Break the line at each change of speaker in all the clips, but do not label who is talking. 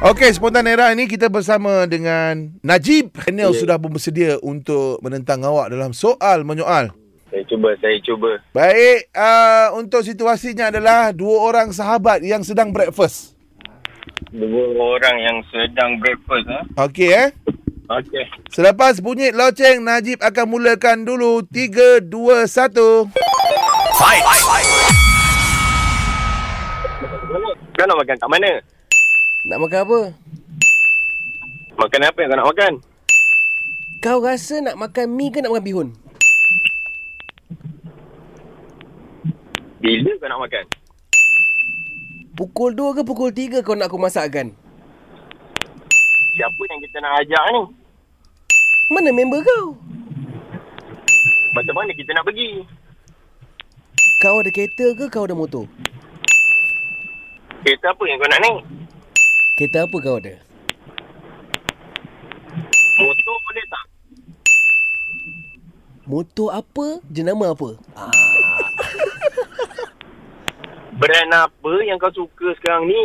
Okey, spontan era ini kita bersama dengan Najib. Daniel
Ya.
sudah pun bersedia untuk menentang awak dalam soal menyoal.
Saya cuba, saya cuba.
Baik, uh, untuk situasinya adalah dua orang sahabat yang sedang breakfast.
Dua orang yang sedang breakfast ha.
Okey eh.
Okey.
Selepas bunyi loceng, Najib akan mulakan dulu. 3, 2, 1.
Kau nak makan kat mana?
Nak makan apa?
Makan apa yang kau nak makan?
Kau rasa nak makan mi ke nak makan bihun?
Bila kau nak makan?
Pukul 2 ke pukul 3 kau nak aku masakkan?
Siapa yang kita nak ajak ni?
Mana member kau?
Macam mana kita nak pergi?
Kau ada kereta ke kau ada motor?
Kereta apa yang kau nak naik?
Kereta apa kau ada?
Motor boleh tak?
Motor apa? Jenama apa?
Brand apa yang kau suka sekarang ni?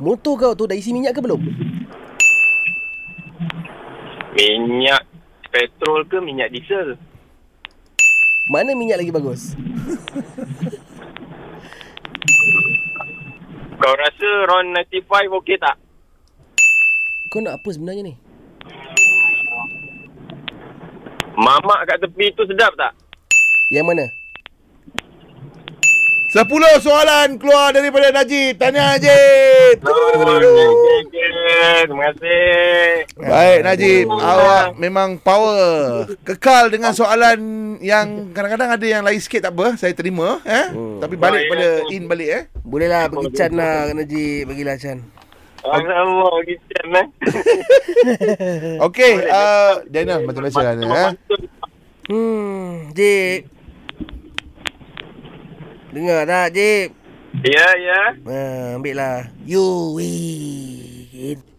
Motor kau tu dah isi minyak ke belum?
Minyak petrol ke minyak diesel?
Mana minyak lagi bagus?
Kau rasa RON 95 okey tak?
Kau nak apa sebenarnya ni?
Mamak kat tepi tu sedap tak?
Yang mana?
10 soalan keluar daripada Najib. Tahniah Najib.
Okey, okey. Terima kasih.
Baik Najib, awak memang power. Kekal dengan soalan yang kadang-kadang ada yang lain sikit tak apa, saya terima eh. Tapi balik
Baik,
pada
aku.
in balik eh.
Bolehlah pergi Chan lah Najib. Pergilah Chan.
Alamak, kita eh.
Okey, uh, Daniel macam biasa lah ni eh.
Hmm, Jib. Dengar tak Ah, Jib?
Ya, ya.
Ha, ambil lah. You win.